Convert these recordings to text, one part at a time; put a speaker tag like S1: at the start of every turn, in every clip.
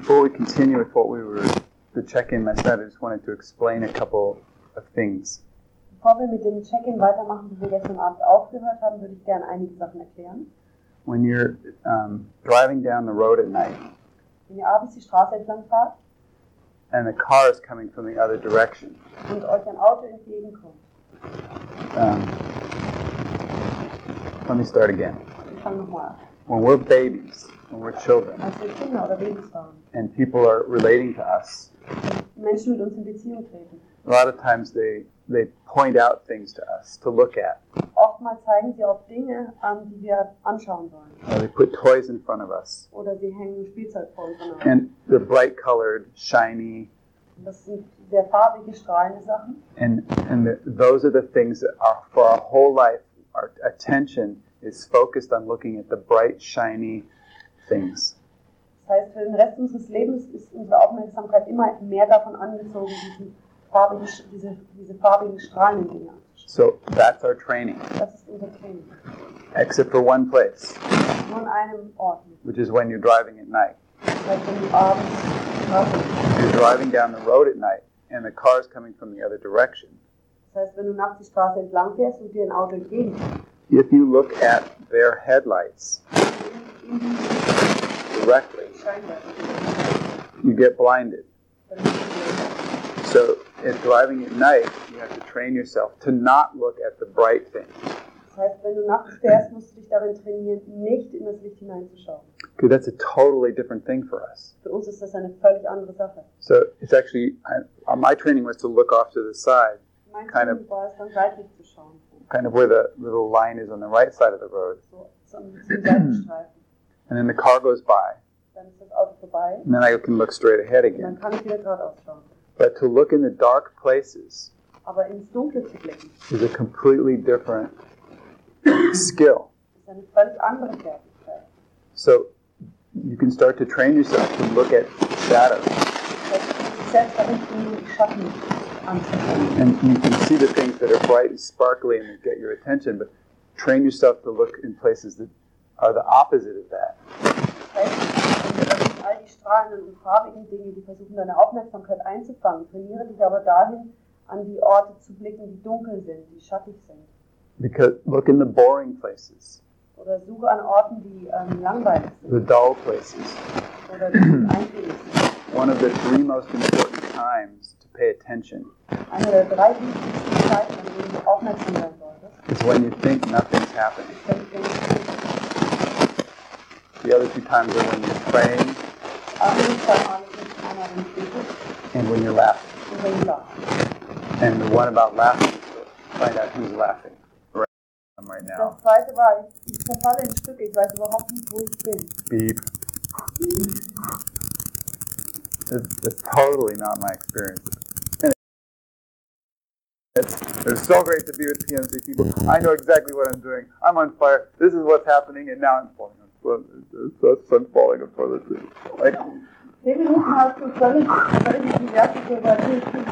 S1: Before we continue with what we were, the check-in message, I just wanted to explain a couple of things.
S2: Bevor wir mit dem Check-in weitermachen, wo wir gestern Abend aufgehört haben, würde ich gerne einige Sachen erklären.
S1: When you're um, driving down the road at night
S2: Wenn ihr abends die Straße entlang fahrt
S1: and a car is coming from the other direction,
S2: und euch ein Auto entgegenkommt,
S1: um, let me start again.
S2: ich fange nochmal an.
S1: When we're babies, when we're children,
S2: Als wir Kinder oder Babys waren,
S1: and people are relating to us,
S2: Menschen mit uns in Beziehung treten.
S1: a lot of times they they point out things to us to look at.
S2: Oftmals zeigen sie auch Dinge an, die wir anschauen sollen.
S1: Uh, they put toys in front of us,
S2: Oder sie hängen Spielzeug vor uns an.
S1: and they're bright colored, shiny,
S2: Das sind sehr farbige, strahlende Sachen.
S1: and and the, those are the things that are for our whole life. Our attention is focused on looking at the bright, shiny things.
S2: Das heißt, für den Rest unseres Lebens ist unsere Aufmerksamkeit immer mehr davon angezogen, diese farbigen, diese, diese farbigen strahlenden Dinge anzuschauen.
S1: So that's our training,
S2: Das ist unser Training.
S1: except for one place,
S2: Nur an einem Ort.
S1: which is when you're driving at night.
S2: Das heißt, wenn du abends nachts-
S1: If you're driving down the road at night, and the car's coming from the other direction.
S2: Das heißt, wenn du nachts die Straße entlang fährst und dir ein Auto entgegenkommt,
S1: If you look at their headlights
S2: in die
S1: directly,
S2: Scheinwerfer,
S1: you get blinded.
S2: dann bist du
S1: So, if driving at night, you have to train yourself to not look at the bright things.
S2: Das heißt, wenn du nachts fährst, musst du dich darin trainieren, nicht in das Licht hineinzuschauen.
S1: Because that's a totally different thing for us.
S2: Für uns ist das eine völlig andere Sache.
S1: So, it's actually, I, uh, my training was to look off to the side,
S2: Mein
S1: Keine-
S2: Kind war es dann seitlich zu schauen,
S1: kind of where the little line is on the right side of the road.
S2: so zum, zum Seitenstreifen.
S1: And then the car goes by,
S2: Dann ist das Auto vorbei
S1: and then I can look straight ahead
S2: und dann
S1: again.
S2: kann ich wieder geradeaus schauen.
S1: But to look in the dark places
S2: Aber ins Dunkle zu blicken,
S1: is a completely different skill.
S2: ist eine völlig andere Fertigkeit.
S1: So, you can start to train yourself to look at shadows.
S2: sich selbst darin trainieren, die Schatten anzuschauen.
S1: And you can see the things that are bright and sparkly and that get your attention, but train yourself to look in places that are the opposite of that.
S2: Das heißt, wenn du all die strahlenden und farbigen Dinge, die versuchen, deine Aufmerksamkeit einzufangen, trainiere dich aber dahin, an die Orte zu blicken, die dunkel sind, die schattig sind.
S1: Because look in the boring places,
S2: Oder suche an Orten, die ähm, langweilig
S1: the dull places.
S2: sind oder die eintönig sind.
S1: One of the three most important times to pay attention
S2: Eine der drei wichtigsten Zeiten, an denen du aufmerksam sein solltest,
S1: is when you think nothing's happening.
S2: wenn du denkst,
S1: The other two times are when you're praying
S2: abends beim Abendmahl, einmal wenn du betest
S1: and when you're laughing.
S2: und wenn du lachst.
S1: And the one about laughing is to find out who's laughing right right now.
S2: Das zweite war, ich, ich verfalle in Stücke, ich weiß überhaupt nicht, wo ich bin.
S1: Beep. It's, it's totally not my experience. And It's, it's so great to be with PMC people. I know exactly what I'm doing. I'm on fire. This is what's happening, and now I'm falling. on- Well, it's- it's- I'm falling on toilet seat. Like,
S2: Zehn Minuten hast du halt völlig, völlig diverse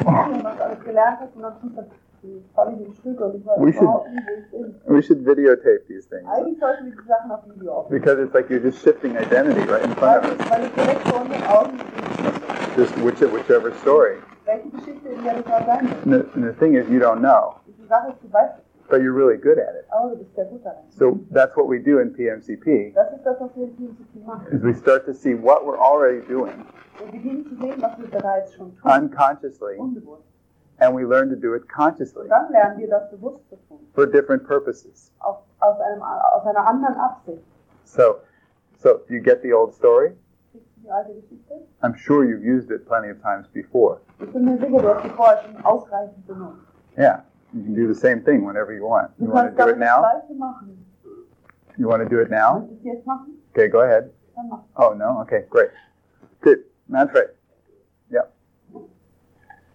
S2: Theorien, was du alles gelernt hast und dann kommst du völlig in Stücke und ich weiß
S1: We should-
S2: überhaupt nicht, wo ich bin.
S1: we should videotape these things
S2: Eigentlich sollten wir die Sachen auf Video aufnehmen.
S1: because it's like you're just shifting identity right in front
S2: Weil
S1: of us.
S2: weil es direkt vor unseren Augen steht,
S1: Just which, whichever story.
S2: welche Geschichte in der du gerade sein willst.
S1: And the, and the thing is, you don't know,
S2: Und Die Sache ist, du weißt,
S1: but you're really good at it.
S2: aber du bist sehr gut darin.
S1: So that's what we do in PMCP.
S2: Das ist das, was wir in diesem Team machen.
S1: is we start to see what we're already doing
S2: Wir beginnen zu sehen, was wir bereits schon tun,
S1: unconsciously,
S2: unbewusst.
S1: and we learn to do it consciously
S2: Und dann lernen wir, das bewusst zu tun,
S1: for different purposes.
S2: auf, aus, einem, aus einer anderen Absicht.
S1: So, so you get the old story.
S2: Kriegst du die alte Geschichte?
S1: I'm sure you've used it plenty of times before.
S2: Ich bin mir sicher, du hast die vorher schon ausreichend benutzt.
S1: Yeah, you can do the same thing whenever you want. You
S2: Du
S1: want
S2: kannst
S1: to do
S2: damit
S1: it
S2: das
S1: now?
S2: Gleiche machen.
S1: You want to do it now?
S2: Willst du es jetzt machen?
S1: Okay, go ahead.
S2: Dann mach.
S1: Oh no. Okay, great. Good. That's right. Yep.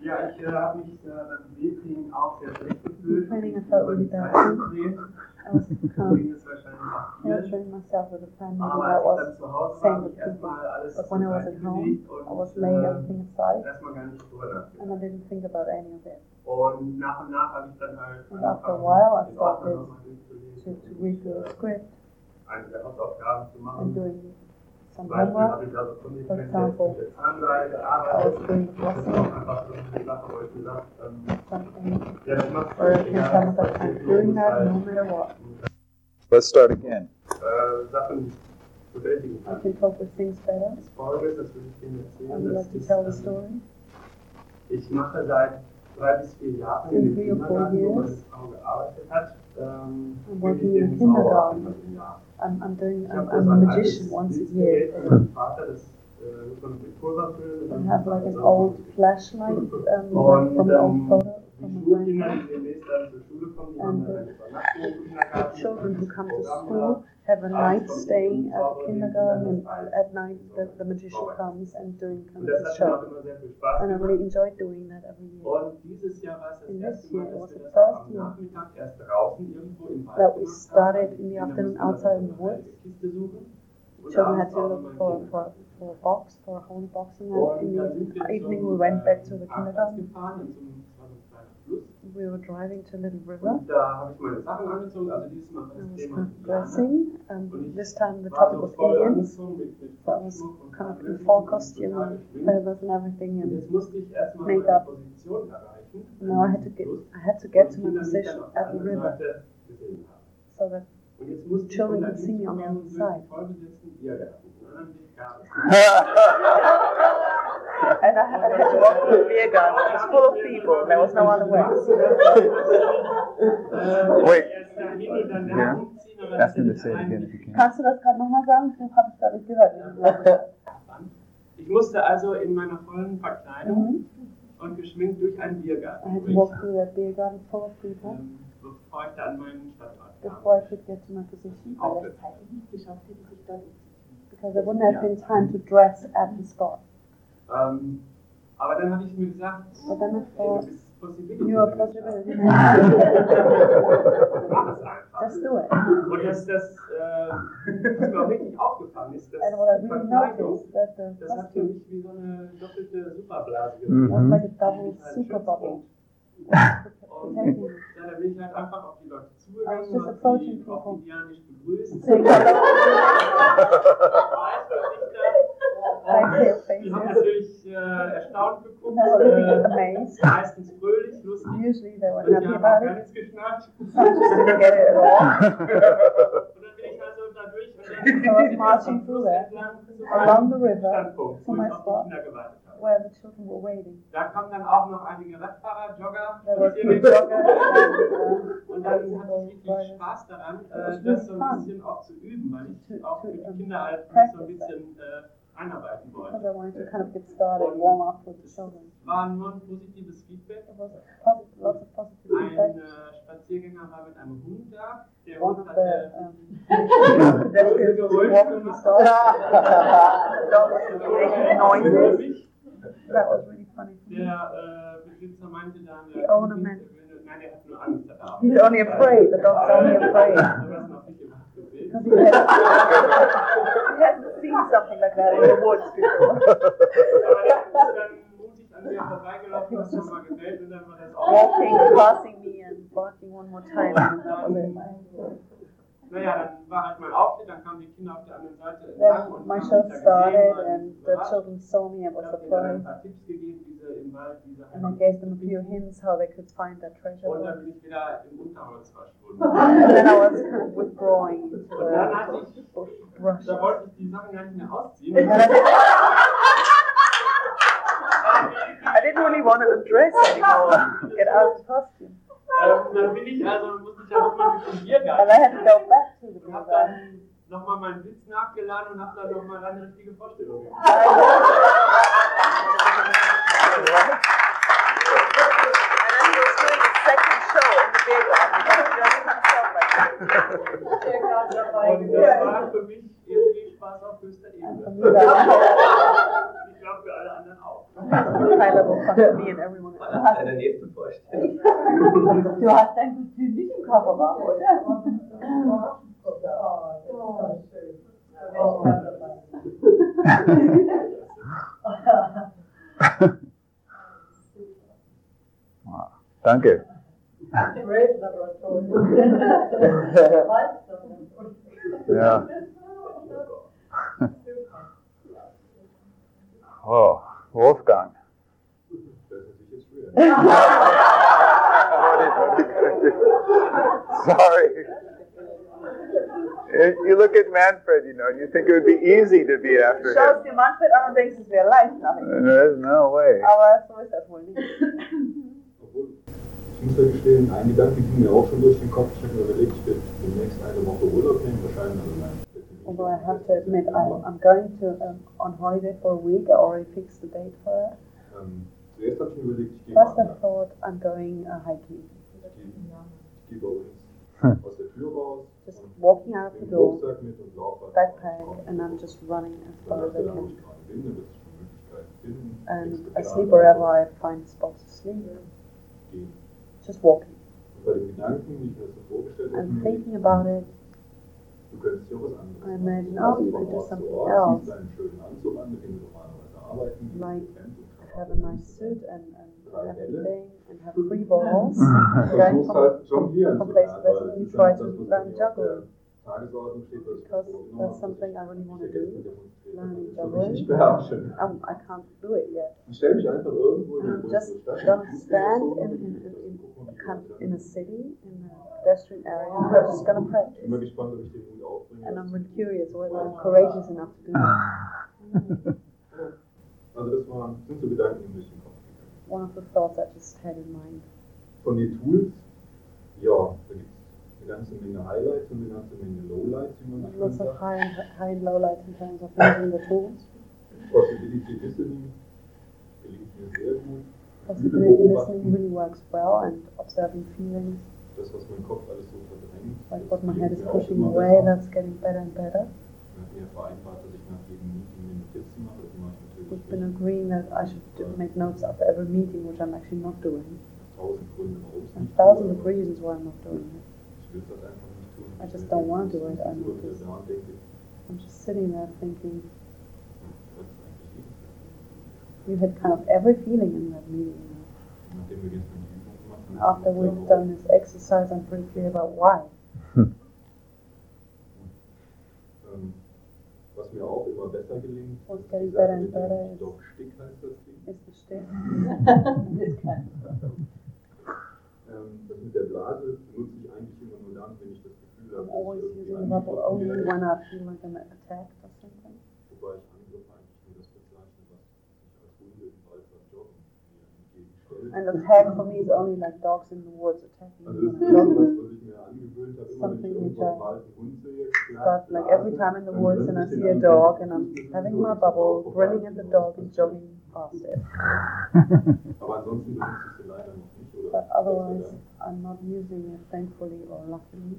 S3: Ja, ich äh, habe mich äh, beim Seetraining auch sehr schlecht gefühlt.
S2: Seetraining ist halt
S3: Über die
S2: wieder-
S3: Ah. Zeit gedreht.
S2: I was um,
S3: Deswegen ist wahrscheinlich auch hier.
S2: measuring myself with a friend maybe
S3: Aber
S2: that
S3: als
S2: was
S3: ich dann zu Hause war,
S2: same
S3: habe
S2: with
S3: ich
S2: people.
S3: erstmal alles
S2: But when I was at home,
S3: zurechtgelegt
S2: I was
S3: und
S2: laying everything aside
S3: äh, erstmal gar nicht drüber nachgedacht.
S2: and I didn't think about any of it.
S3: Und nach und nach habe ich dann halt
S2: And after a
S3: angefangen,
S2: while, I
S3: den Ordner
S2: started
S3: nochmal
S2: To,
S3: durchzulesen
S2: to read the script
S3: und eine der äh, Hausaufgaben zu
S2: and
S3: machen.
S2: doing from
S3: Zum Beispiel
S2: homework,
S3: habe ich also von den
S2: for
S3: Fenstern
S2: example,
S3: mit der Zahnseide
S2: I was
S3: arbeite.
S2: doing
S3: Das ist auch
S2: flossing,
S3: einfach so eine Sache, wo ich gesagt ähm,
S2: something,
S3: ja, das macht
S2: or
S3: es
S2: it can
S3: egal,
S2: come
S3: was
S2: that
S3: passiert,
S2: I'm doing that no
S3: jedenfalls,
S2: matter what.
S1: Let's start again.
S3: äh, Sachen bewältigen
S2: I
S3: kann.
S2: can cope with things better.
S3: Das Folge, das will ich Ihnen
S2: I would like
S3: erzählen, das
S2: to tell the
S3: ist, ähm,
S2: story.
S3: ich mache seit drei bis vier Jahren
S2: In
S3: in
S2: three
S3: den
S2: or four
S3: Kindergarten, wo
S2: years.
S3: meine Frau gearbeitet hat, ähm,
S2: I'm
S3: bin ich
S2: working in
S3: den
S2: kindergarten.
S3: Zauberer. Ja.
S2: I'm, I'm doing,
S3: Ich
S2: I'm, I'm
S3: habe also
S2: a
S3: ein
S2: magician
S3: altes
S2: once a
S3: Bildgerät von
S2: year.
S3: meinem Vater, das äh, muss man mit dem Pulver füllen.
S2: I
S3: und
S2: have like an
S3: dann-
S2: old flashlight um,
S3: Und
S2: from the old
S3: ähm,
S2: photo from
S3: die
S2: my
S3: Schulkinder,
S2: grandma.
S3: die demnächst dann zur Schule kommen, die haben
S2: And
S3: dann eine Übernachtung im Kindergarten.
S2: Children who come to
S3: Programm
S2: school have a night staying at the kindergarten and at night the, the magician comes and doing
S3: da. Und
S2: kind of
S3: das
S2: a
S3: hat mir auch
S2: show.
S3: immer sehr viel Spaß
S2: And I
S3: gemacht.
S2: really enjoyed doing that every year.
S3: Und dieses Jahr war es das
S2: And
S3: erste
S2: this year
S3: Mal,
S2: was
S3: dass wir
S2: the
S3: das auch am
S2: first year
S3: Nachmittag erst draußen irgendwo im Wald
S2: that we
S3: gemacht
S2: started
S3: haben.
S2: in the
S3: Kinder
S2: afternoon
S3: mussten dann
S2: outside in the
S3: noch eine
S2: woods.
S3: Kiste suchen. Und
S2: Children
S3: abends
S2: had to
S3: auch noch mal
S2: look for,
S3: ein
S2: for, for a box, for a whole boxing and
S3: Und
S2: in
S3: dann sind wir
S2: the
S3: zum,
S2: evening we went back to the
S3: ähm, Parkplatz
S2: kindergarten.
S3: Gefahren, in so einem, das war so ein kleiner Fluss.
S2: We were driving to Little River.
S3: Und da habe ich meine Sachen angezogen, also dieses Mal
S2: I
S3: war das
S2: was
S3: Thema Indianer.
S2: dressing. Um, this time the
S3: War
S2: topic
S3: so
S2: was
S3: voll
S2: Indians.
S3: angezogen mit, mit
S2: So I was
S3: Kopfschmuck und
S2: kind of
S3: allem
S2: in full
S3: Möglichen und
S2: costume,
S3: total geschminkt.
S2: feathers and everything.
S3: Und
S2: And
S3: jetzt musste ich erstmal meine
S2: Make-up.
S3: Position erreichen.
S2: now I had to get, I had to get to my position at the river
S3: river.
S2: so that
S3: Und jetzt musste ich
S2: Children
S3: von der
S2: can see me on the other
S3: linken Seite
S2: side.
S3: vollbesetzten Biergarten. Und dann bin ich gar nicht.
S2: And I had, I had to walk to the beer garden. It was full of people. There was no other way.
S1: Wait.
S3: Yeah.
S1: Ask him to say it again if you can.
S2: Kannst du das gerade nochmal sagen? Das habe ich gerade nicht gehört.
S3: Ich musste also in meiner vollen Verkleidung
S2: Mhm.
S3: und geschminkt durch einen Biergarten
S2: I had to
S3: durch,
S2: walk through that beer garden full of people
S3: ähm, bevor ich da an meinen Standort kam.
S2: before I could get to my position.
S3: Auch
S2: Weil das halt nicht geschafft hätte, sich dort- Because there wouldn't have been time to dress at the spot.
S3: Ähm, aber dann habe ich mir gesagt,
S2: But then I
S3: ey, du
S2: thought,
S3: bist Possibility.
S2: you are possibility.
S3: Mach es einfach.
S2: Just do it.
S3: Und dass das, äh, was mir auch wirklich aufgefallen ist, dass
S2: And what I
S3: die
S2: really
S3: Verkleidung,
S2: noticed that the
S3: das hat für
S2: costume
S3: mich wie so eine doppelte Superblase
S1: Mhm.
S3: gewirkt.
S2: was Mm-hmm. like a double
S3: halt
S2: super bubble. protecting me.
S3: Ja, da bin ich halt einfach auf die Leute
S2: I was just
S3: zugegangen, hab
S2: approaching
S3: die auch
S2: people.
S3: indianisch begrüßt.
S2: Saying hello,
S3: Weiß, was
S2: like
S3: ich da-
S2: their
S3: Äh, Die haben
S2: faces.
S3: natürlich äh, erstaunt geguckt,
S2: They were really
S3: äh,
S2: amazed.
S3: meistens fröhlich, lustig.
S2: Usually they were
S3: Und
S2: happy
S3: die haben auch
S2: about
S3: gar
S2: it.
S3: nichts geschnappt. Und
S2: Some just didn't get it at all.
S3: dann bin ich also da durch und
S2: I was
S3: dann
S2: marching through there,
S3: entlang zu meinem
S2: Along the river
S3: Standpunkt,
S2: to
S3: wo
S2: my
S3: ich auf
S2: spot.
S3: die Kinder gewartet habe.
S2: where the children were waiting.
S3: Da kamen dann auch noch einige Radfahrer, Jogger,
S2: There were
S3: Spaziergänger.
S2: two joggers and, uh,
S3: Und dann hatte ich wirklich Spaß daran, äh, das so ein bisschen auch zu üben, weil ich auch für die Kinder halt mich so ein bisschen äh, einarbeiten
S2: because
S3: wollte.
S2: I wanted to kind of get started, warm up with the children.
S3: War nur ein positives Feedback.
S2: There was posi- lots of positive
S3: Ein
S2: feedback.
S3: äh, Spaziergänger war mit einem Hund da. Der
S2: One
S3: Hund
S2: of the
S3: hatte
S2: um,
S3: große
S2: walking the
S3: Geräusche
S2: dog. The dog was making noises. That was really funny. for me.
S3: Der äh, Besitzer meinte dann, äh,
S2: Die Ornament.
S3: nein, der hat nur Angst da.
S2: He's only afraid. The dog's only afraid because he hasn't, he hasn't seen something like that in the woods before.
S3: Aber der ist dann mutig an mir vorbeigelaufen, hat nochmal gewählt und dann war das auch.
S2: Walking, passing me, and barking one more time. And that was it.
S3: Naja, dann war halt mein Auftritt, dann kamen die Kinder auf der anderen Seite entlang
S2: Then
S3: und
S2: my
S3: haben mich
S2: show
S3: da gesehen,
S2: started,
S3: waren
S2: and the
S3: überrascht.
S2: children saw me and were
S3: Ich habe ihnen dann ein
S2: surprised.
S3: paar Tipps gegeben, diese im Wald, diese
S2: And I gave them a few hints how they could find their
S3: Und
S2: treasure.
S3: dann bin ich wieder im Unterholz verschwunden.
S2: And then I was kind of withdrawing into
S3: Und dann
S2: the
S3: hatte ich,
S2: bush brush.
S3: da wollte ich die Sachen gar nicht mehr ausziehen.
S2: And I
S3: Und dann
S2: didn't, I didn't really want to dress anymore, get out of costume.
S3: Ähm, dann bin ich also, musste ich ja nochmal durch den Biergarten.
S2: And I had to go back to the
S3: Und hab
S2: river.
S3: dann nochmal meinen Witz nachgeladen und hab dann nochmal eine richtige Vorstellung gemacht.
S2: And then he was doing his second show in the beer garden. He just himself like that.
S3: Und das war für mich irgendwie Spaß auf höchster Ebene. Ich glaube für alle anderen auch.
S2: High level fun for me and everyone else.
S3: Das ist eine nächste Vorstellung.
S4: Du hast dein Gefühl nicht im Kamera, oder?
S1: Danke. Ja. Oh, Wolfgang. Sorry. If you look at Manfred, you know, and you think it would be easy to be
S2: Du
S1: after
S2: schaust
S1: him.
S2: dir Manfred an und denkst, es wäre leicht nach ihm.
S1: And There's no way.
S2: Aber so ist das wohl nicht.
S5: Obwohl, ich muss ja gestehen, ein Gedanke ging mir auch schon durch den Kopf. Ich habe mir überlegt, ich werde demnächst eine Woche Urlaub nehmen, wahrscheinlich. Also nein, Ähm, ich werde nicht.
S2: Although I have to admit, I, I'm going to um, on holiday for a week. I already fixed the date for it.
S5: Ähm, zuerst habe ich mir überlegt, ich gehe
S2: First I
S5: wandern.
S2: thought I'm going uh, hiking.
S5: Ich gehe, ich gehe bei uns aus der Tür raus
S2: Just
S5: und
S2: walking out the
S5: nehme den
S2: door,
S5: Rucksack mit und laufe. einfach raus.
S2: backpack, and I'm just running as
S5: Dann
S2: far as
S5: dachte ich,
S2: I
S5: da wo
S2: can.
S5: ich gerade bin, dann wird es
S2: And I
S5: schon Möglichkeiten finden. Nächste Plan,
S2: sleep
S5: also
S2: wherever I find spots to sleep.
S5: gehen.
S2: Just walking.
S5: Und bei den Gedanken, wie ich mir das so vorgestellt habe,
S2: I'm thinking about it.
S5: du könntest ja was anderes
S2: I
S5: machen.
S2: imagine,
S5: Also
S2: oh, you
S5: von
S2: could do
S5: Ort zu
S2: something
S5: Ort,
S2: else.
S5: ziehst deinen schönen Anzug an, mit dem du normalerweise arbeiten gehst,
S2: Like,
S5: Hemd und Krawatte.
S2: Have a nice suit and, and everything, and have free balls.
S5: Du
S2: Going
S5: musst
S2: from
S5: halt jonglieren
S2: from
S5: zu
S2: place to
S5: lernen,
S2: place
S5: weil
S2: and
S5: das ist
S2: try
S5: ja
S2: to
S5: das, was
S2: learn
S5: bei mir auf der
S2: juggling.
S5: Tagesordnung steht, was ich
S2: because
S5: vorgenommen habe,
S2: that's
S5: dass
S2: something I
S5: ich
S2: really want
S5: mich
S2: to
S5: jetzt
S2: do.
S5: mit dir konzentriere,
S2: learn
S5: damit ich
S2: juggling.
S5: wirklich nicht beherrsche.
S2: Um, I can't do it yet.
S5: Und stell mich einfach irgendwo in
S2: I'm
S5: eine
S2: just
S5: größere Stadt,
S2: gonna
S5: in die
S2: stand
S5: Fußgängerzone,
S2: in, in,
S5: und
S2: in,
S5: guck mal,
S2: in, a
S5: wie die
S2: coun-
S5: Leute
S2: in a
S5: dann-
S2: city, in a pedestrian area, and I'm just gonna
S5: Ich bin mal
S2: practice.
S5: gespannt, ob ich den Mut aufbringe.
S2: And I'm
S5: das zu
S2: really
S5: tun.
S2: curious whether I'm courageous enough to do that.
S5: Also das waren, sind so Gedanken, die mir durch den Kopf gegangen sind.
S2: One of the thoughts I just had in mind.
S5: Von den Tools, ja, da gibt es eine ganze Menge Highlights und eine ganze Menge Lowlights, wie man so schön
S2: Lots of
S5: sagt.
S2: high and, high and low lights in terms of using the tools.
S5: Possibility Listening gelingt mir sehr gut. Gefühle
S2: Possibility listening
S5: beobachten,
S2: really works well and observing feelings,
S5: das, was mein Kopf alles so verdrängt.
S2: like
S5: das
S2: what my head is
S5: gelingt mir auch
S2: pushing
S5: immer
S2: away,
S5: besser.
S2: that's getting better and better.
S5: Wir hatten ja vereinbart, dass ich nach jedem Meeting mir Notizen mache, das mache ich
S2: We've
S5: natürlich
S2: been
S5: nicht.
S2: agreeing that I should do- make notes after every meeting, which I'm actually not doing.
S5: Tausend Gründe, warum es
S2: And
S5: nicht
S2: thousands of
S5: tue, aber
S2: reasons why I'm not doing it.
S5: Ich will das einfach nicht tun.
S2: I
S5: Ich
S2: just
S5: will
S2: don't want to
S5: nicht
S2: do it,
S5: sitzen,
S2: I know
S5: wieder
S2: this.
S5: da und denke,
S2: I'm just sitting there thinking,
S5: hm, das ist eigentlich eh.
S2: you had kind of every feeling in that meeting. you know.
S5: Nachdem wir gestern die Übung gemacht haben,
S2: And after we've done this exercise, I'm pretty clear about why.
S5: Ähm, was mir auch immer besser gelingt,
S2: Was
S5: ist
S2: getting
S5: die Sache
S2: better and
S5: mit dem
S2: better is-
S5: Doch Stick heißt das Ding.
S2: It's the shtick.
S5: Ähm, das mit der Blase benutze ich eigentlich immer nur dann, wenn ich das Gefühl
S2: I'm
S5: habe, dass
S2: always
S5: Oh, ich irgendwie
S2: using rubber
S5: angegriffen
S2: only
S5: werde,
S2: when I feel like I'm attacked or something.
S5: wobei ich Angriff eigentlich nur das bezeichne, was ich als Hunde im Wald beim Joggen mir entgegenstelle.
S2: And attack for me is only like dogs in the woods attacking
S5: Also
S2: me
S5: das
S2: when
S5: ist
S2: I'm lost.
S5: etwas, was ich mir angewöhnt habe, immer wenn
S2: Something you
S5: ich irgendwo im
S2: try.
S5: Wald einen Hund sehe,
S2: But
S5: Blase,
S2: like every time in the
S5: dann
S2: woods
S5: grinse
S2: and I
S5: ich den
S2: see a
S5: an,
S2: dog
S5: denke,
S2: and
S5: ich muss
S2: I'm
S5: mich
S2: having
S5: nur
S2: my
S5: nicht drauf
S2: bubble, grinning at the dog
S5: vorbereiten.
S2: and jogging past it.
S5: Aber ansonsten benutze ich sie leider noch nicht, oder?
S2: But
S5: Gott
S2: otherwise,
S5: sei Dank.
S2: I'm not using it thankfully or luckily.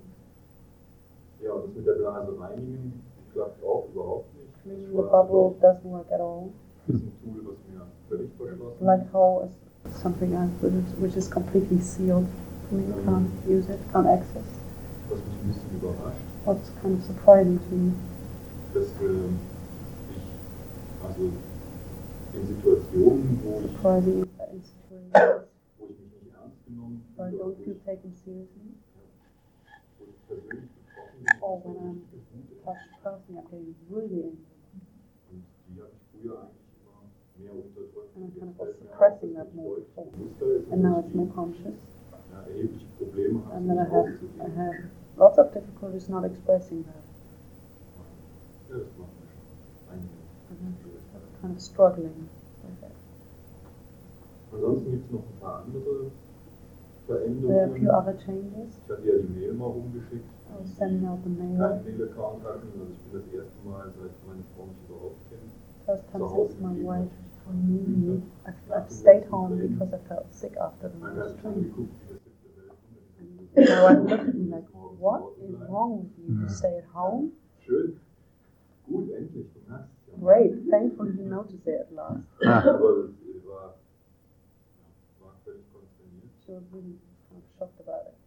S5: Ja, und das mit der Blase reinigen klappt auch überhaupt nicht. Das
S2: Cleaning the
S5: war
S2: bubble doesn't work at all.
S5: Das ist ein Tool, was mir völlig verschlossen
S2: Black hole is something I wouldn't, which is completely sealed. I mean, I can't use it, can't access.
S5: ist, was mich ein bisschen überrascht,
S2: What's kind of surprising to me.
S5: dass ähm, ich, also in Situationen, wo ich,
S2: Surprising is that in situations
S5: wo ich mich nicht ernst genommen
S2: where I
S5: fühle,
S2: don't
S5: wo
S2: feel
S5: ich,
S2: taken seriously,
S5: wo ich persönlich betroffen bin,
S2: Oh,
S5: wo ich
S2: man.
S5: nicht gut bin.
S2: touch person, I get really angry.
S5: Und die habe ich früher eigentlich immer
S2: And I'm kind
S5: mehr unterdrückt.
S2: of
S5: Jetzt fällt
S2: suppressing
S5: mir auf, dass
S2: that
S5: das
S2: more.
S5: deutlich bewusster
S2: And
S5: ist dass
S2: now
S5: ich
S2: it's more conscious.
S5: die, ja, erhebliche Probleme habe,
S2: And then I
S5: mich
S2: have,
S5: auszugeben.
S2: I have lots of difficulties not expressing that.
S5: Ja, das macht mir schon einige
S2: Mhm.
S5: Schwierigkeiten.
S2: Kind of struggling with it.
S5: Ansonsten gibt es noch ein paar andere
S2: There are a
S5: Veränderungen.
S2: few other changes.
S5: Ich hatte ja die Mail mal rumgeschickt.
S2: I was sending out the mail.
S5: Keinen Mail-Account hatten. Also ich bin das erste Mal, seit meine Frau mich überhaupt kennt,
S2: First time
S5: zu Hause
S2: since my
S5: geblieben.
S2: wife
S5: Mhm.
S2: knew me, I, I stayed home because I felt sick after the
S5: Meine hat
S2: last
S5: mich
S2: train.
S5: angeguckt, wie das siebte Weltwunder.
S2: And my wife looked at me like, what is wrong with you? You stay at home?
S5: Schön. Gut, endlich. Du merkst es ja.
S2: Great, thankfully you noticed it at last.
S5: Aber das äh, war, ja, war völlig konsterniert.
S2: She was really kind of shocked about it.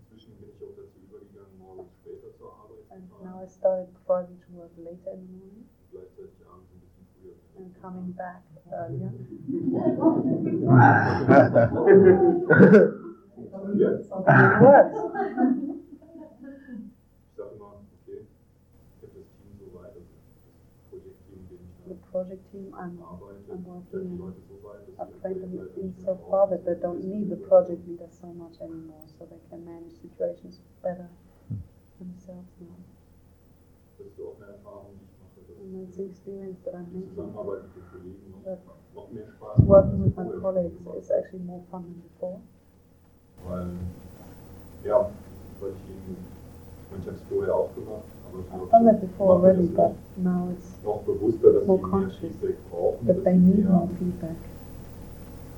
S5: Inzwischen bin ich auch dazu übergegangen, morgens später zur Arbeit
S2: And
S5: zu
S2: now I
S5: fahren.
S2: started driving to work later in the morning
S5: und Gleichzeitig abends ein bisschen früher.
S2: and coming back earlier.
S5: Ja.
S2: It works.
S5: Ich sage immer, okay, ich habe das Team so weit, also das Projektteam, dem ich
S2: The
S5: da
S2: project team and
S5: arbeite,
S2: I'm
S5: stelle die
S2: working
S5: Leute so weit, dass
S2: on
S5: sie
S2: upgrade
S5: das
S2: them
S5: Projekt
S2: in
S5: leiten
S2: so
S5: können.
S2: far that they don't need the project leader so much anymore, so they can manage situations better themselves now.
S5: Das ist auch eine Erfahrung, die ich mache, dass
S2: And that's the experience that I'm
S5: die
S2: making.
S5: Zusammenarbeit mit den Kollegen
S2: That
S5: noch, noch mehr Spaß macht.
S2: working with
S5: als
S2: my
S5: vorher.
S2: colleagues is actually more fun than before.
S5: Weil, ja, weil ich eben, ich meine, ich habe es vorher auch gemacht, aber ich
S2: I've done that
S5: mache
S2: before
S5: das
S2: already,
S5: noch-
S2: but now it's
S5: noch bewusster, dass
S2: more
S5: sie mehr
S2: conscious
S5: Feedback brauchen,
S2: that
S5: dass
S2: they
S5: sie
S2: need
S5: mehr
S2: more feedback.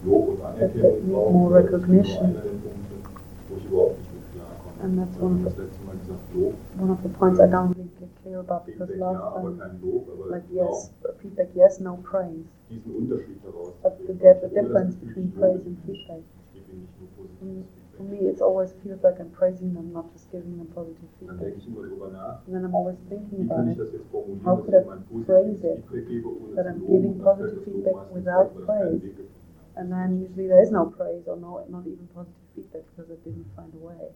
S5: Lob und
S2: that
S5: Anerkennung
S2: need
S5: brauchen.
S2: more
S5: weil das ist
S2: recognition.
S5: Nur einer der Punkte, wo ich überhaupt nicht mit klarkomme.
S2: And that's
S5: Weil
S2: one
S5: ich
S2: of
S5: das letzte Mal gesagt, Lob,
S2: One of the points I don't really get clear about because
S5: Feedback ja,
S2: last
S5: aber
S2: time,
S5: kein Lob, aber
S2: like
S5: genau
S2: yes, feedback yes, no praise.
S5: diesen Unterschied daraus.
S2: But the, gap, the difference between praise and feedback.
S5: Ich gebe ihnen nicht nur
S2: Mm,
S5: positives
S2: For
S5: Feedback.
S2: me, it's always feedback and praising them, not just giving them positive
S5: Dann
S2: feedback.
S5: denke ich immer drüber nach,
S2: And then I'm always thinking
S5: wie kann
S2: about
S5: ich
S2: it,
S5: das jetzt formulieren,
S2: mm, How
S5: dass
S2: could I
S5: ich mein
S2: phrase
S5: positives
S2: it
S5: Feedback gebe,
S2: that
S5: ohne zu
S2: I'm
S5: loben,
S2: giving
S5: und dann
S2: positive feedback
S5: fällt das Lob meistens
S2: without
S5: weg, weil ich keinen
S2: praise?
S5: Weg gefunden habe.
S2: and then usually there is no praise or no, not even positive feedback because I didn't find a way.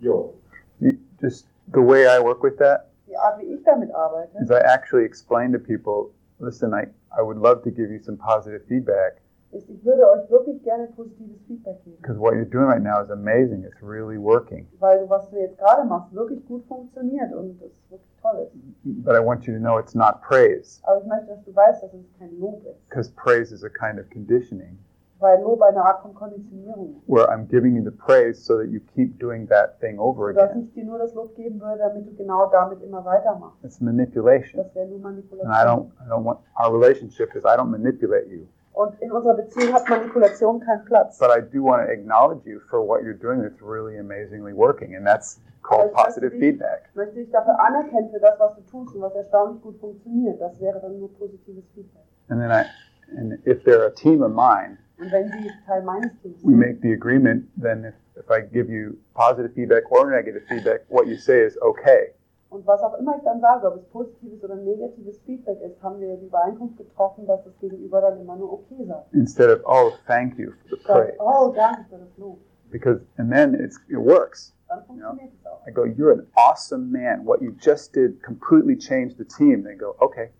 S5: Jo,
S1: You- Just the way I work with that
S2: Die Art, wie ich damit arbeite,
S1: is I actually explain to people, listen, I, I would love to give you some positive feedback
S2: ist, ich würde euch wirklich gerne positives Feedback geben.
S1: because what you're doing right now is amazing. It's really working.
S2: weil was du jetzt gerade machst, wirklich gut funktioniert und es wirklich toll ist.
S1: But I want you to know it's not praise
S2: Aber ich möchte, dass du weißt, dass es kein Lob ist,
S1: because praise is a kind of conditioning
S2: weil Lob eine Art von Konditionierung ist.
S1: where I'm giving you the praise so that you keep doing that thing over
S2: Dass
S1: again.
S2: ich dir nur das Lob geben würde, damit du genau damit immer weitermachst.
S1: It's manipulation.
S2: Das wäre nur
S1: And I
S2: Manipulation.
S1: don't, I don't want, our relationship is I don't manipulate you,
S2: Und in unserer Beziehung hat Manipulation keinen Platz.
S1: but I do want to acknowledge you for what you're doing that's really amazingly working. And that's
S2: Well,
S1: called
S2: it's just
S1: positive
S2: me.
S1: feedback.
S2: Ich möchte dich dafür anerkennen, für das, was du tust und was erstaunlich gut funktioniert. Das wäre dann nur positives Feedback.
S1: And then I, and if they're a team of mine,
S2: Und wenn sie Teil meines Teams
S1: we
S2: sind,
S1: make the agreement, then if, if I give you positive feedback or negative feedback, what you say is okay.
S2: Und was auch immer ich dann sage, ob es positives oder negatives Feedback ist, haben wir die Übereinkunft getroffen, dass das Gegenüber dann immer nur okay sagt.
S1: Instead of, oh, thank you for the
S2: Sagt,
S1: praise.
S2: oh, danke für das Lob.
S1: Because, and then it's, it works.
S2: Dann funktioniert es auch.
S1: I go, you're an awesome man. What you just did completely changed the team. They go, okay.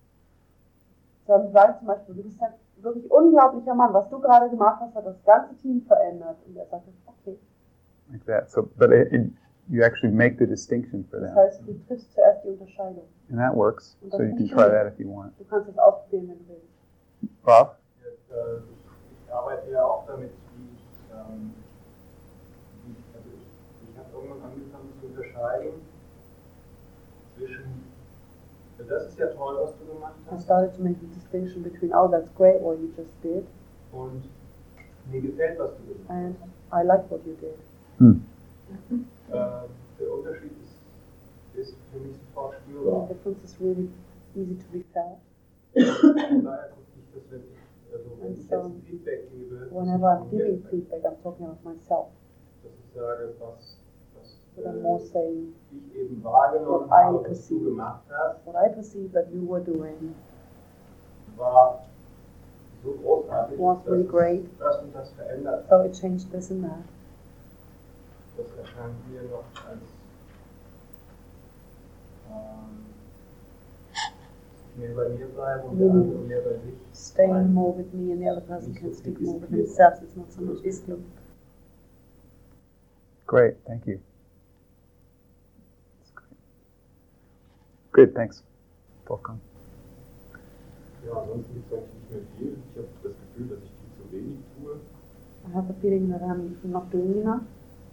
S2: Dann sage ich zum Beispiel, du bist ein wirklich unglaublicher Mann. Was du gerade gemacht hast, hat das ganze Team verändert. Und er sagt, okay.
S1: Like that. So, but it, it, you actually make the distinction for
S2: Das
S1: them.
S2: heißt, du triffst zuerst die Unterscheidung.
S1: And that works. So you can try that if you want.
S2: Du kannst es ausprobieren, wenn du willst.
S1: Bob?
S5: Ja, äh, ich arbeite ja auch damit, wie ich, ähm, wie ich, also ich, ich habe irgendwann angefangen zu unterscheiden zwischen, ja, das ist ja toll, was du gemacht
S2: I
S5: hast,
S2: started to make the distinction between, oh, that's great what you just did,
S5: und mir gefällt, was du gemacht
S2: and I like what you did.
S5: hast. Äh, der Unterschied ist, ist für mich sofort spürbar.
S2: The difference is really easy to be felt.
S5: Von daher gucke ich das, wenn ich, also wenn ich jetzt ein Feedback gebe, dass
S2: Whenever I'm
S5: ich mir
S2: giving
S5: jetzt-
S2: feedback, I'm talking about myself.
S5: dass ich sage, was, was
S2: But I'm more
S5: äh,
S2: saying
S5: ich eben
S2: What
S5: wahrgenommen
S2: I
S5: habe, was du
S2: perceive.
S5: gemacht hast,
S2: what I perceived that you were doing
S5: war so großartig,
S2: Was
S5: dass
S2: really
S5: es
S2: great.
S5: das und das verändert.
S2: so it changed this and that.
S5: Das erscheint mir noch als ähm, mehr bei mir bleiben und der
S2: Mhm.
S5: andere mehr bei sich.
S2: Staying more with me and the other person can speak more with themselves. It's not so much Islam.
S1: Great. Thank you. That's great. Good. Thanks. Welcome.
S5: Ja, ansonsten gibt es eigentlich nicht mehr viel. Ich habe das Gefühl, dass ich viel zu wenig tue.
S2: I have a feeling that I'm not doing enough,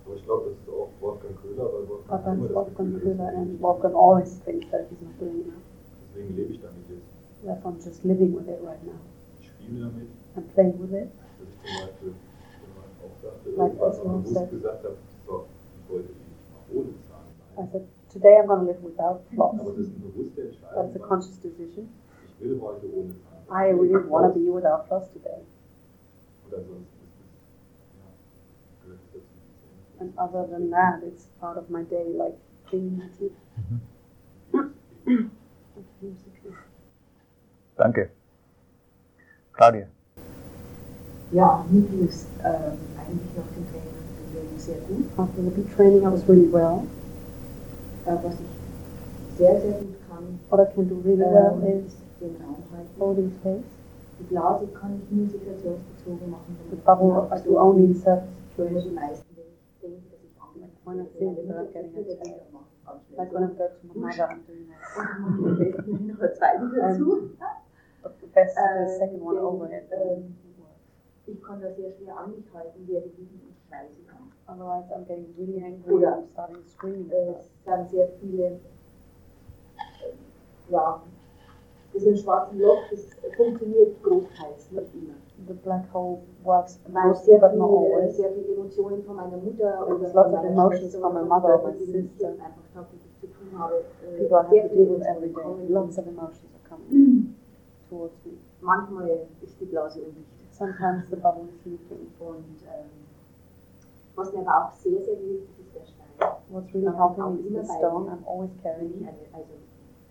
S5: Aber ich glaube, das ist auch Wolfgang Köhler, weil Wolfgang
S2: but I'm
S5: immer das
S2: Wolfgang
S5: Gefühl
S2: Köhler
S5: hat,
S2: and Wolfgang always thinks that he's not doing enough.
S5: Deswegen lebe ich damit jetzt.
S2: Therefore, I'm just living with it right now.
S5: Ich spiele damit.
S2: I'm playing with it.
S5: dass ich zum Beispiel zum Beispiel auch sagte,
S2: Like
S5: irgendwann
S2: this
S5: mal
S2: one
S5: bewusst
S2: said.
S5: gesagt habe, so, ich wollte nicht mal ohne Zahlen
S2: I
S5: sein.
S2: said, today I'm going to live without
S5: Aber
S2: flops.
S5: das ist eine bewusste
S2: That's a
S5: Entscheidung, weil
S2: conscious decision.
S5: ich will heute ohne Zahlen
S2: I really want to be without flops today.
S5: Und ansonsten ist es, ja, gehört es dazu.
S2: And other than that, it's part of my day, like cleaning my teeth.
S1: Danke. Claudia.
S4: Ja, mir ging es ähm, eigentlich nach dem Training und dem Training sehr gut.
S2: After the big training, I was really well.
S4: Äh, was ich sehr, sehr gut kann,
S2: What I can do really well
S4: ähm,
S2: is
S4: den Raum halten.
S2: Holding space.
S4: Die Blase kann ich nur situationsbezogen machen. wenn ich
S2: Bubble
S4: eine
S2: as you only insert
S4: Absicht für die
S2: situation.
S4: meisten Dinge, Dinge, dass ich anbiete.
S2: One of the things that I'm getting at. Like when
S4: Und
S2: I go to my mother, I'm doing that.
S4: man fällt mir noch ein zweites dazu.
S2: But the best, the
S4: Ähm,
S2: second one
S4: den,
S2: over it.
S4: ähm, Ich kann da sehr schwer an mich halten, wer die Dinge und Scheiße kann.
S2: Otherwise, I'm getting really angry and I'm starting screaming.
S4: es dann sehr viele, äh, ja, das mit dem schwarzen Loch, das funktioniert großteils, nicht immer.
S2: The black hole works
S4: Weil
S2: mostly,
S4: sehr
S2: but not
S4: viele,
S2: always.
S4: sehr viele Emotionen von meiner Mutter
S2: And
S4: oder
S2: there's lots
S4: von
S2: of
S4: meiner
S2: emotions
S4: Schwester
S2: from my
S4: oder
S2: mother,
S4: von
S2: my
S4: Leuten, mit
S2: sister.
S4: denen ich einfach tagtäglich zu tun habe, äh,
S2: People I have
S4: sehr
S2: to
S4: viele
S2: deal with every
S4: Emotionen
S2: day. Lots
S4: kommen.
S2: of emotions are coming towards me.
S4: Manchmal ist die Blase undicht.
S2: Sometimes the bubble is leaking.
S4: Und ähm, was mir aber auch sehr, sehr hilft, ist der Stein.
S2: What's really helping me is the stone. I'm always
S4: Wenn ich
S2: carrying it.
S4: eine, also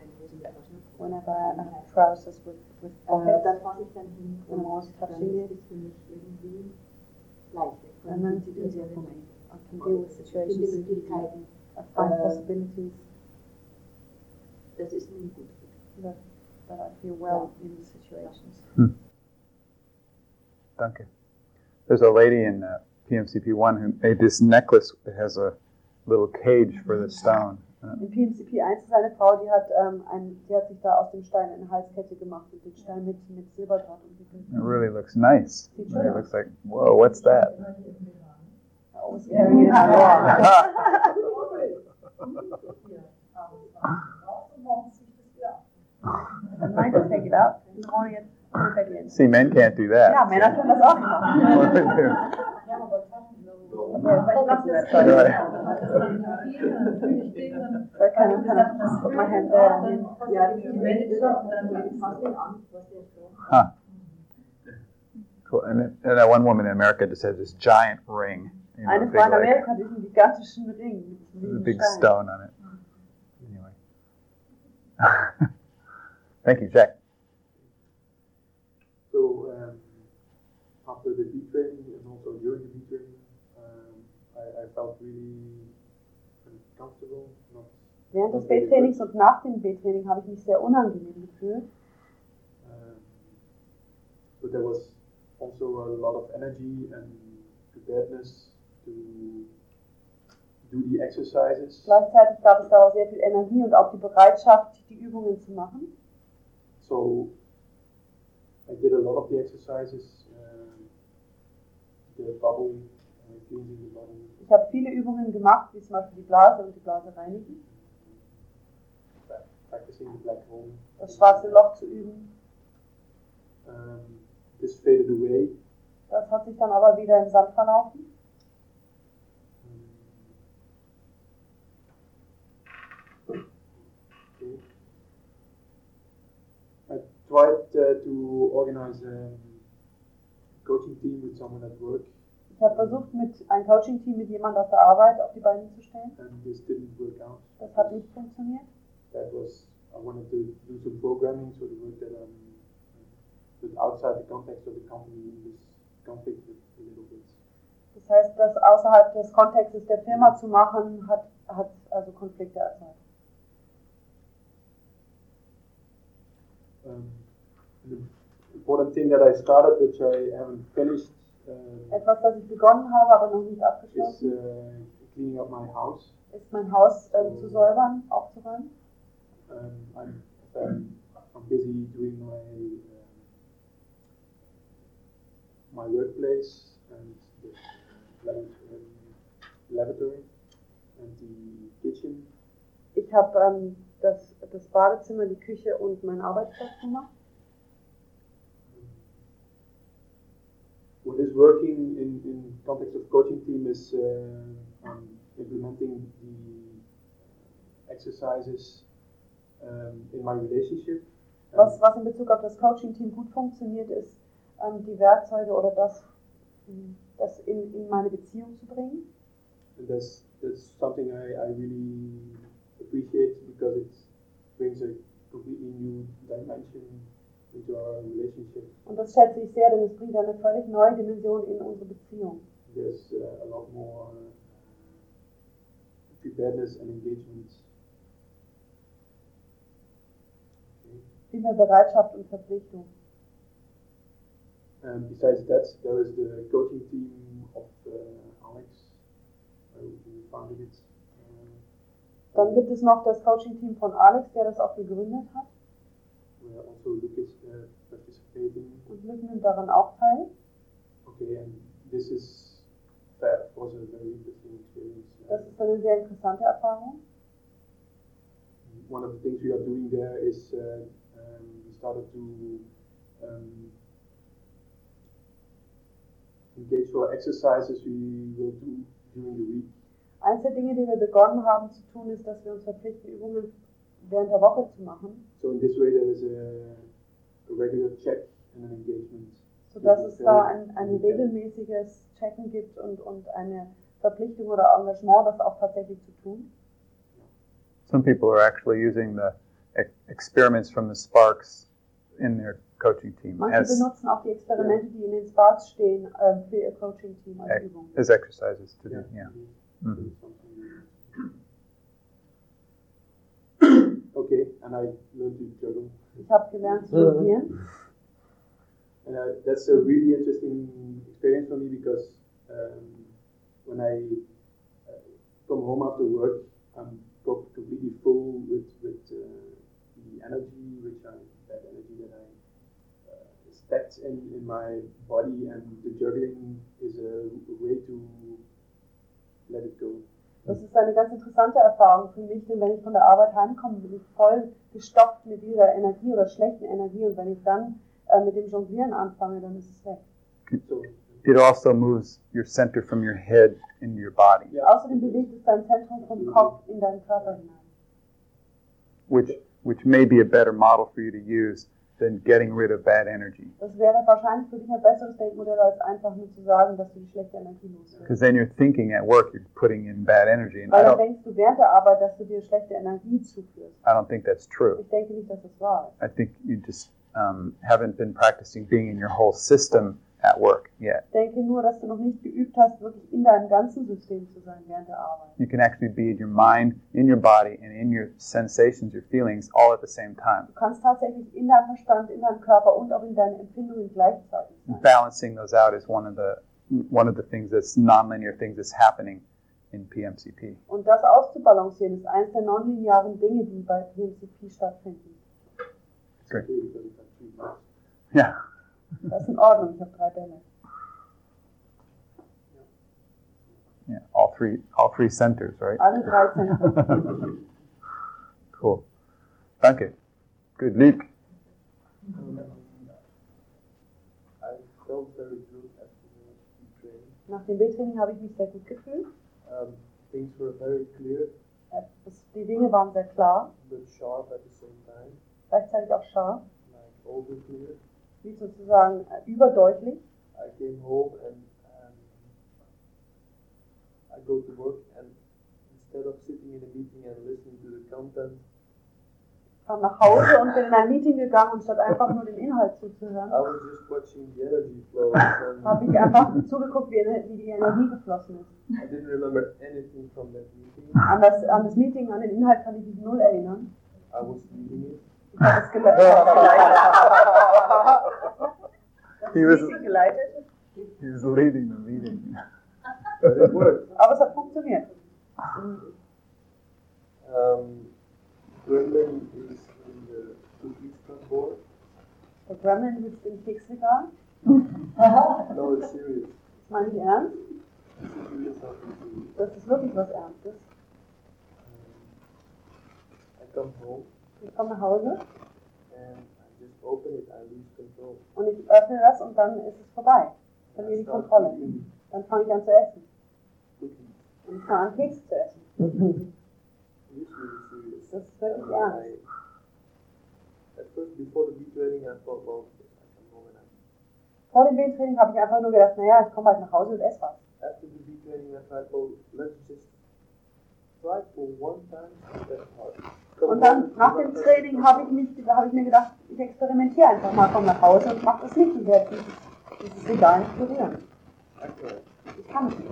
S4: eine Hose mit einer Schnur-
S2: Whenever I have trousers with, with
S4: Äh,
S2: pockets,
S4: da fasse ich dann hin
S2: Wenn
S4: und
S2: man
S4: dann
S2: ausklappen will.
S4: ist es für mich irgendwie leichter.
S2: Wenn man
S4: die Situation
S2: sieht,
S4: leichter.
S2: I can deal with
S4: Viele
S2: situations. Uh,
S4: Möglichkeiten,
S2: I find
S4: Äh,
S2: possibilities
S4: das ist nie gut.
S2: that, that I feel well in the situations.
S1: Danke. There's a lady in uh, PMCP one who made this necklace that has a little cage for the stone. Uh,
S2: In PMCP 1 ist eine Frau, die hat, ähm, ein, die hat sich da aus dem Stein eine Halskette gemacht und den Stein mit, mit Silberdraht umwickelt.
S1: it really looks nice. It really looks like whoa, what's that?
S2: I always carry it around. And I just take it out and holding it put it back in.
S1: See, men can't do
S2: Ja,
S1: that.
S2: Männer können das auch machen.
S1: What do they do?
S2: Ja, vielleicht macht das
S1: Right.
S2: dann. Vielleicht kann kann- put my hand there. and-
S4: Ja, die Manager, dann fasse ich an, was der Strom
S1: Cool. And, then- and that one woman in America just had this giant ring, you know, a
S2: Eine
S1: big,
S2: Frau in
S1: like,
S2: Amerika hat diesen gigantischen Ring
S1: a
S2: mit diesem
S1: big
S2: Stein.
S1: stone on it. Anyway. Thank you, Jack.
S3: So um, after the deep training and also during the deep training, um, I, I felt really uncomfortable, not
S2: Während des B-Trainings und nach dem B-Training habe ich mich sehr unangenehm gefühlt.
S3: Um, but there was also a lot of energy and preparedness to do the exercises.
S2: Gleichzeitig gab es da auch sehr viel Energie und auch die Bereitschaft, die Übungen zu machen.
S3: So I did a lot of the exercises, um, the bubble, uh, cleansing the bubble,
S2: Ich habe viele Übungen gemacht, wie zum Beispiel die Blase und die Blase reinigen,
S3: pra- practicing the black hole.
S2: das schwarze Loch zu üben.
S3: Um, this faded away.
S2: Das hat sich dann aber wieder im Sand verlaufen.
S3: I tried uh, to organize a coaching team with someone at work,
S2: Ich habe versucht, mit ein Coaching-Team mit jemand aus der Arbeit auf die Beine zu stellen.
S3: and this didn't work out.
S2: Das hat nicht funktioniert.
S3: That was I wanted to do some programming, so the work that I'm with outside the context of the company in this conflict a little bit.
S2: Das heißt, das außerhalb des Kontextes der Firma zu machen, hat, hat also Konflikte erzeugt.
S3: Um, the important thing that I started, which I haven't finished. um,
S2: Etwas, das ich begonnen habe, aber noch nicht
S3: is
S2: abgeschlossen,
S3: uh, cleaning up my house.
S2: ist mein Haus ähm, zu säubern, aufzuräumen.
S3: Um, I'm, um, I'm busy doing my um, my workplace and the lab- um, laboratory and the kitchen.
S2: Ich habe ähm, das, das Badezimmer, die Küche und meinen Arbeitsplatz gemacht.
S3: What is working in, in context of coaching team is uh, I'm implementing the exercises um, in my relationship. Um,
S2: Was, was in Bezug auf das Coaching-Team gut funktioniert, ist, ähm, die Werkzeuge oder das, mh, das in, in meine Beziehung zu bringen.
S3: And that's that's something I, I really appreciate because it brings a completely new dimension into our relationship.
S2: Und das schätze ich sehr, denn es bringt eine völlig neue Dimension in unsere Beziehung.
S3: There's uh, a lot more preparedness and engagement. Okay.
S2: Immer Bereitschaft und Verpflichtung.
S3: And Um, besides that, there is the coaching team of uh, Alex, who founded it. Uh,
S2: Dann gibt es noch das Coaching-Team von Alex, der das auch gegründet hat.
S3: where also Lucas uh, participating.
S2: Und Luke nimmt daran auch teil.
S3: Okay, and this is that was a very interesting experience.
S2: Das ist eine sehr interessante Erfahrung.
S3: one of the things we are doing there is uh, um, we started to um, engage for exercises we will do during the week.
S2: Eins der Dinge, die wir begonnen haben zu tun, ist, dass wir uns verpflichten, Übungen während der Woche zu machen,
S3: So in this way, there is a, a regular check and an engagement.
S2: sodass es da ein, ein regelmäßiges Checken gibt und, und eine Verpflichtung oder Engagement, das auch tatsächlich zu tun.
S1: Some people are actually using the e- experiments from the Sparks in their coaching team
S2: Manche
S1: as,
S2: benutzen auch die Experimente, die in den Sparks stehen, äh, für ihr Coaching-Team als Übung.
S1: as exercises to
S3: Yeah.
S1: do. Yeah. Mm-hmm.
S3: It's something- okay, and I learned to juggle.
S2: Ich habe gelernt zu jonglieren.
S3: And uh, that's a really interesting experience for me because um, when I uh, come home after work, I'm co- completely full with, with uh, the energy, which I, that energy that I uh, stacked in, in my body, and the juggling is a way to let it go.
S2: Das ist eine ganz interessante Erfahrung für mich, denn wenn ich von der Arbeit heimkomme, bin ich voll gestopft mit dieser Energie oder schlechten Energie und wenn ich dann äh, mit dem Jonglieren anfange, dann ist es weg.
S3: So,
S1: It also moves your center from your head into your body,
S3: yeah.
S2: Außerdem bewegt es dein Zentrum vom Kopf in deinen Körper hinein.
S1: which which may be a better model for you to use than getting rid of bad energy,
S2: Das wäre wahrscheinlich für dich ein besseres Denkmodell, als einfach nur zu sagen, dass du die schlechte Energie loswirst.
S1: because then you're thinking at work you're putting in bad energy, and I
S2: Weil dann
S1: don't
S2: denkst du während der Arbeit, dass du dir schlechte Energie zuführst.
S1: I don't think that's true.
S2: Ich denke nicht, dass das wahr ist.
S1: I think you just um, haven't been practicing being in your whole system at work yet.
S2: Ich denke nur, dass du noch nicht geübt hast, wirklich in deinem ganzen System zu sein während der Arbeit.
S1: You can actually be in your mind, in your body, and in your sensations, your feelings, all at the same time,
S2: Du kannst tatsächlich in deinem Verstand, in deinem Körper und auch in deinen Empfindungen gleichzeitig sein.
S1: balancing those out is one of the one of the things that's nonlinear things that's happening in PMCP.
S2: Und das auszubalancieren ist eines der nonlinearen Dinge, die bei PMCP stattfinden.
S1: Great.
S3: Okay, because it's like three months.
S1: Yeah.
S2: Das ist in Ordnung, ich habe drei Bälle.
S1: Yeah. All three all three centers, right?
S2: Alle drei Zentren.
S1: cool. Danke. Good Luke.
S5: I felt very good after the training.
S2: Nach dem B-Training habe ich mich sehr gut gefühlt.
S5: Um, things were very clear
S2: Äh, es- Die Dinge waren sehr klar,
S5: but sharp at the same time,
S2: gleichzeitig auch scharf,
S5: like over clear.
S2: wie sozusagen äh, überdeutlich.
S5: I came home and um, I go to work and instead of sitting in a meeting and listening to the content,
S2: kam nach Hause und bin in ein Meeting gegangen und statt einfach nur dem Inhalt
S5: I
S2: zuzuhören,
S5: was just watching the energy flow and
S2: habe ich einfach zugeguckt, wie, Ener- wie die Energie geflossen ist.
S5: I didn't remember anything from that meeting.
S2: An das, an das Meeting, an den Inhalt kann ich mich null erinnern.
S5: I was leading it.
S2: Ich habe es geleitet. Das
S1: He was
S2: Meeting geleitet,
S1: he was leading the meeting.
S5: It worked.
S2: aber es hat funktioniert.
S5: Um, Gremlin is in the cookies board.
S2: Der Gremlin sitzt im Keksregal.
S5: No, it's serious.
S2: Das meine ich ernst.
S5: It's a serious something.
S2: Das ist wirklich was Ernstes.
S5: Um, I come home
S2: Ich komme nach Hause
S5: and I just open it, I lose control.
S2: und ich öffne das und dann ist es vorbei. Ich verliere die Kontrolle. Dann fange ich an zu essen.
S5: Cooking.
S2: Und ich fange an Keks zu essen.
S5: It's really serious.
S2: Das ist wirklich
S5: And
S2: ernst.
S5: I, at first, before the beat training, I thought, well, I come home and I.
S2: Vor dem Windtraining habe ich einfach nur gedacht, naja, ich komme halt nach Hause und esse was.
S5: After the beat training, I thought, well, let's just try for one time to get hard. Come
S2: Und dann
S5: home,
S2: nach
S5: come
S2: dem
S5: back,
S2: Training habe ich, mich, habe ich mir gedacht, ich experimentiere einfach mal, komme nach Hause und mache das nicht und werde dieses, dieses Regal nicht berühren.
S5: I tried.
S2: Ich kann es nicht.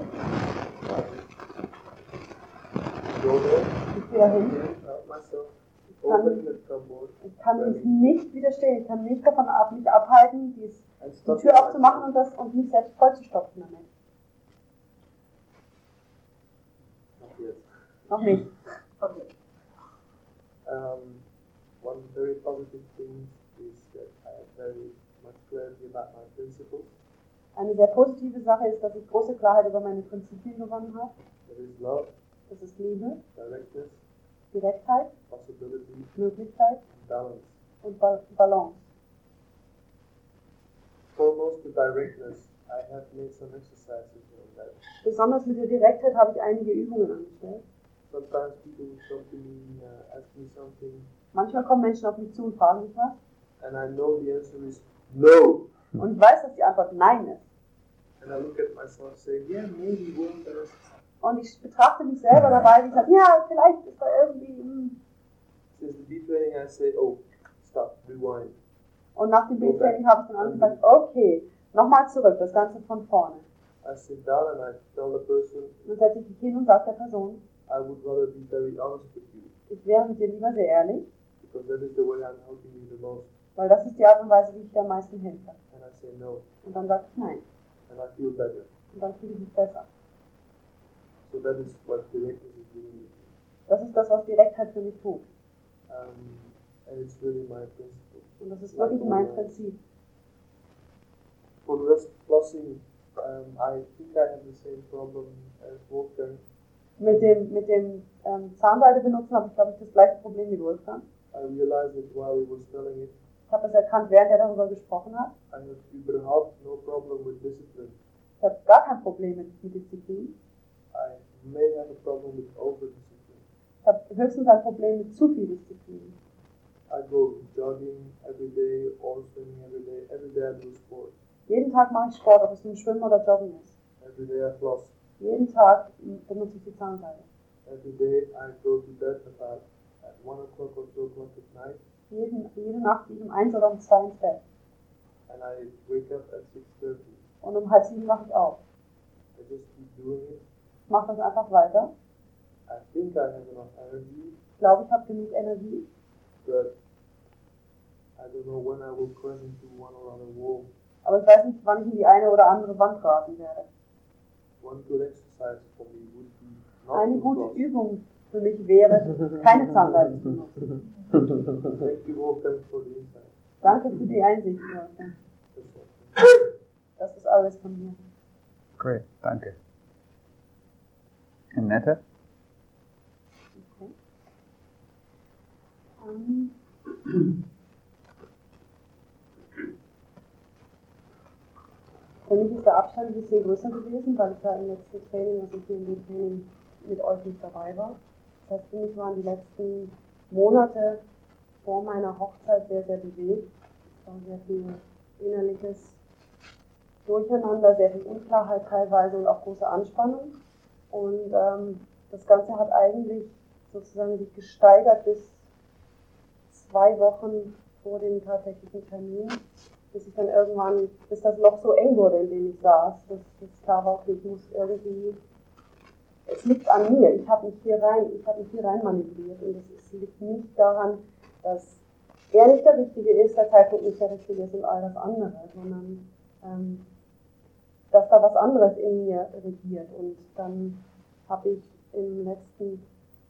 S5: Go there,
S2: Ich gehe dahin, Uh-huh.
S5: again, out myself.
S2: ich
S3: open the cupboard
S2: Ich kann mich nicht widerstehen, ich kann mich davon ab, mich abhalten, dies,
S3: and
S2: die
S3: stuff.
S2: Tür aufzumachen und das und mich selbst vollzustopfen damit. Noch nicht.
S6: Okay.
S3: Um, one very positive thing is that I have very much clarity about my principles.
S2: Eine sehr positive Sache ist, dass ich große Klarheit über meine Prinzipien gewonnen habe.
S3: There is love,
S2: Das ist Liebe,
S3: directness,
S2: Direktheit,
S3: possibility,
S2: Möglichkeit
S3: and balance.
S2: und ba Balance.
S3: Foremost, the directness. I have made some exercises on that.
S2: Besonders mit der Direktheit habe ich einige Übungen angestellt.
S3: Sometimes people would come to me, uh, ask me something,
S2: Manchmal kommen Menschen auf mich zu und fragen mich was.
S3: and I know the answer is no.
S2: Und ich weiß, dass die Antwort Nein ist.
S3: And I look at myself saying, yeah, maybe one does.
S2: Und ich betrachte mich selber dabei und sage, ja, vielleicht ist da irgendwie. Hm.
S3: Since the deep training, I say, oh, stop, rewind.
S2: Und nach dem Bildtraining habe ich dann angefangen, okay, nochmal zurück, das Ganze von vorne.
S3: I sit down and I tell the person,
S2: Und dann setze ich mich hin und sage der Person,
S3: I would rather be very honest with you
S2: ich wäre mit dir lieber sehr ehrlich,
S3: because that is the way I'm helping you the most.
S2: weil das ist die Art und Weise, wie ich dir am meisten helfe.
S3: And I say no,
S2: Und dann sage ich nein.
S3: and I feel better.
S2: Und dann fühle ich mich besser.
S3: So that is what directness is doing.
S2: Das ist das, was Direktheit für mich tut.
S3: Um, and it's really my principle.
S2: Und das ist wirklich mein Prinzip.
S3: For the rest, flossing, um, I think I have the same problem as Wolfgang.
S2: Mit dem, mit dem ähm, Zahnseide benutzen habe ich, glaube ich, das gleiche Problem wie Wolfgang.
S3: I realized that while he was telling it,
S2: Ich habe es erkannt, während er darüber gesprochen hat.
S3: I have überhaupt no problem with discipline.
S2: Ich habe gar kein Problem mit mit Disziplin.
S3: I may have a problem with over-discipline.
S2: Ich habe höchstens ein Problem mit zu viel Disziplin.
S3: I go jogging every day or swimming every day. Every day I do sport.
S2: Jeden Tag mache ich Sport, ob es nun Schwimmen oder Joggen ist.
S3: Every day I floss.
S2: Jeden Tag m, benutze ich die Zahnseide.
S3: Every day I go to bed about at 1 o'clock or 2 o'clock at night.
S2: Jeden, jede Nacht gehe ich um eins oder um zwei ins Bett.
S3: And I wake up at 6.30.
S2: Und um halb sieben wache ich auf.
S3: I just keep doing it.
S2: Ich mache das einfach weiter.
S3: I think I have enough energy,
S2: Ich glaube, ich habe genug Energie.
S3: but I don't know when I will crash into one or other wall.
S2: Aber ich weiß nicht, wann ich in die eine oder andere Wand raten werde.
S3: One good exercise for me would be not
S2: Eine
S3: to
S2: gute
S3: floss.
S2: Übung für mich wäre, keine Zahnseide zu benutzen.
S3: Thank you all for the insight.
S2: Danke für die Einsicht, Leute.
S3: That's all.
S2: Das ist alles von mir.
S1: Great, danke. And Netta?
S2: Ähm, Für mich ist der Abstand ein bisschen größer gewesen, weil ich ja im letzten Training, also hier in dem Training mit euch nicht dabei war. Das heißt, für mich waren die letzten Monate vor meiner Hochzeit sehr, sehr bewegt. Es war sehr viel innerliches Durcheinander, sehr viel Unklarheit teilweise und auch große Anspannung. Und ähm, das Ganze hat eigentlich sozusagen sich gesteigert bis zwei Wochen vor dem tatsächlichen Termin, bis ich dann irgendwann, bis das Loch so eng wurde, in dem ich saß, dass es klar war, okay, ich muss irgendwie, es liegt an mir, ich habe mich hier rein, ich habe mich hier rein manipuliert und es ist- liegt nicht daran, dass er nicht der Richtige ist, der Zeitpunkt nicht der Richtige ist und all das andere, sondern ähm, dass da was anderes in mir regiert und dann habe ich im letzten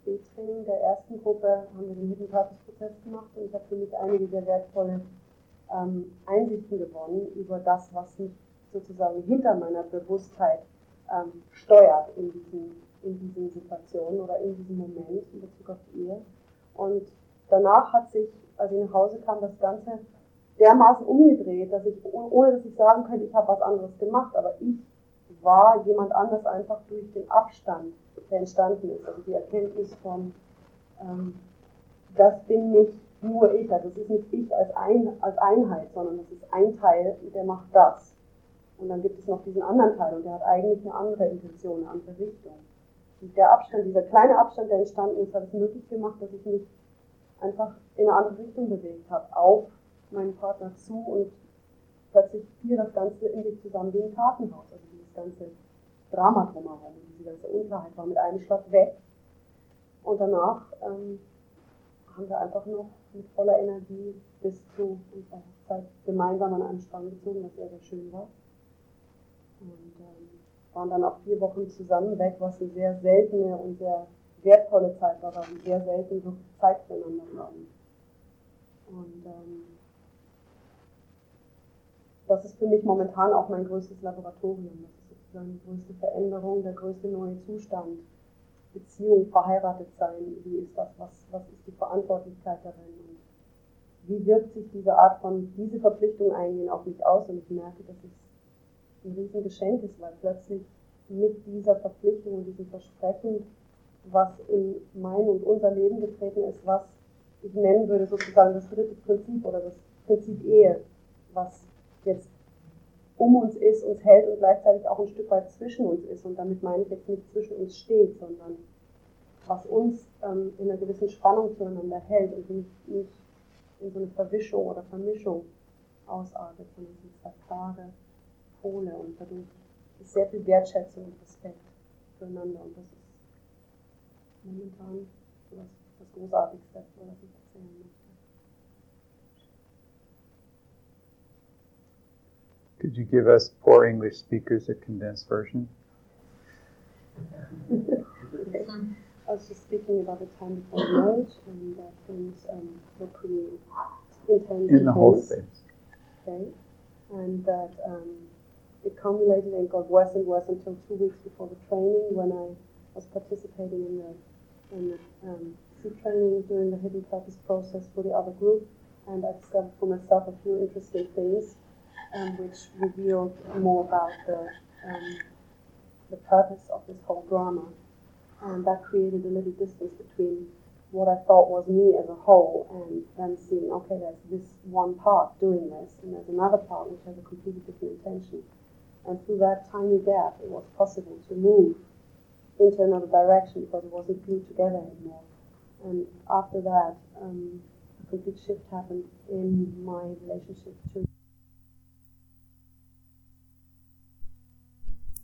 S2: B-Training der ersten Gruppe haben wir den Hypnotisprozess gemacht und ich habe für mich einige sehr wertvolle ähm, Einsichten gewonnen über das, was mich sozusagen hinter meiner Bewusstheit ähm, steuert in diesen, in diesen Situationen oder in diesem Moment in Bezug auf die Ehe. Und danach hat sich, als ich nach Hause kam, das Ganze dermaßen umgedreht, dass ich, oh- ohne dass ich sagen könnte, ich habe was anderes gemacht, aber ich war jemand anders einfach durch den Abstand, der entstanden ist. Also die Erkenntnis von, ähm, das bin nicht nur ich, also es ist nicht ich als, ein, als Einheit, sondern es ist ein Teil, der macht das. Und dann gibt es noch diesen anderen Teil und der hat eigentlich eine andere Intention, eine andere Richtung. Und der Abstand, dieser kleine Abstand, der entstanden ist, hat es möglich gemacht, dass ich mich einfach in eine andere Richtung bewegt habe, auf meinen Partner zu und plötzlich fiel das Ganze in sich zusammen wie ein Kartenhaus. Also dieses ganze Drama drumherum, diese ganze Unklarheit war mit einem Schlag weg. Und danach ähm, haben wir einfach noch mit voller Energie bis zu unserer Hochzeit gemeinsam an einem Strang gezogen, was sehr, sehr schön war. Und ähm, waren dann auch vier Wochen zusammen weg, was eine sehr seltene und sehr wertvolle Zeit war, weil wir sehr selten so viel Zeit füreinander haben. Und ähm, das ist für mich momentan auch mein größtes Laboratorium. Das ist sozusagen die größte Veränderung, der größte neue Zustand. Beziehung, verheiratet sein, wie ist das, was, was ist die Verantwortlichkeit darin und wie wirkt sich diese Art von, diese Verpflichtung eingehen auf mich aus und ich merke, dass es ein Riesengeschenk ist, weil plötzlich mit dieser Verpflichtung und diesem Versprechen, was in mein und unser Leben getreten ist, was ich nennen würde sozusagen das dritte Prinzip oder das Prinzip Ehe, was jetzt um uns ist, uns hält und gleichzeitig auch ein Stück weit zwischen uns ist. Und damit meine ich jetzt nicht zwischen uns steht, sondern was uns ähm, in einer gewissen Spannung zueinander hält und nicht, nicht in so eine Verwischung oder Vermischung ausartet, sondern es sind zwei klare Pole und dadurch ist sehr viel Wertschätzung und Respekt füreinander. Und das ist momentan so das, das Großartigste, was ich erzählen möchte.
S7: Could you give us poor English speakers a condensed version?
S2: okay. I was just speaking about the time before marriage and that things um, were pretty intense.
S7: In the whole thing.
S2: Okay. And that um, it accumulated and got worse and worse until two weeks before the training when I was participating in the, in the um, sea training during the hidden purpose process for the other group. And I discovered for myself a few interesting things. Um, which revealed more about the, um, the purpose of this whole drama. And that created a little distance between what I thought was me as a whole and then seeing, okay, there's this one part doing this, and there's another part which has a completely different intention. And through that tiny gap, it was possible to move into another direction because it wasn't glued together anymore. And after that, um, a complete shift happened in my relationship to.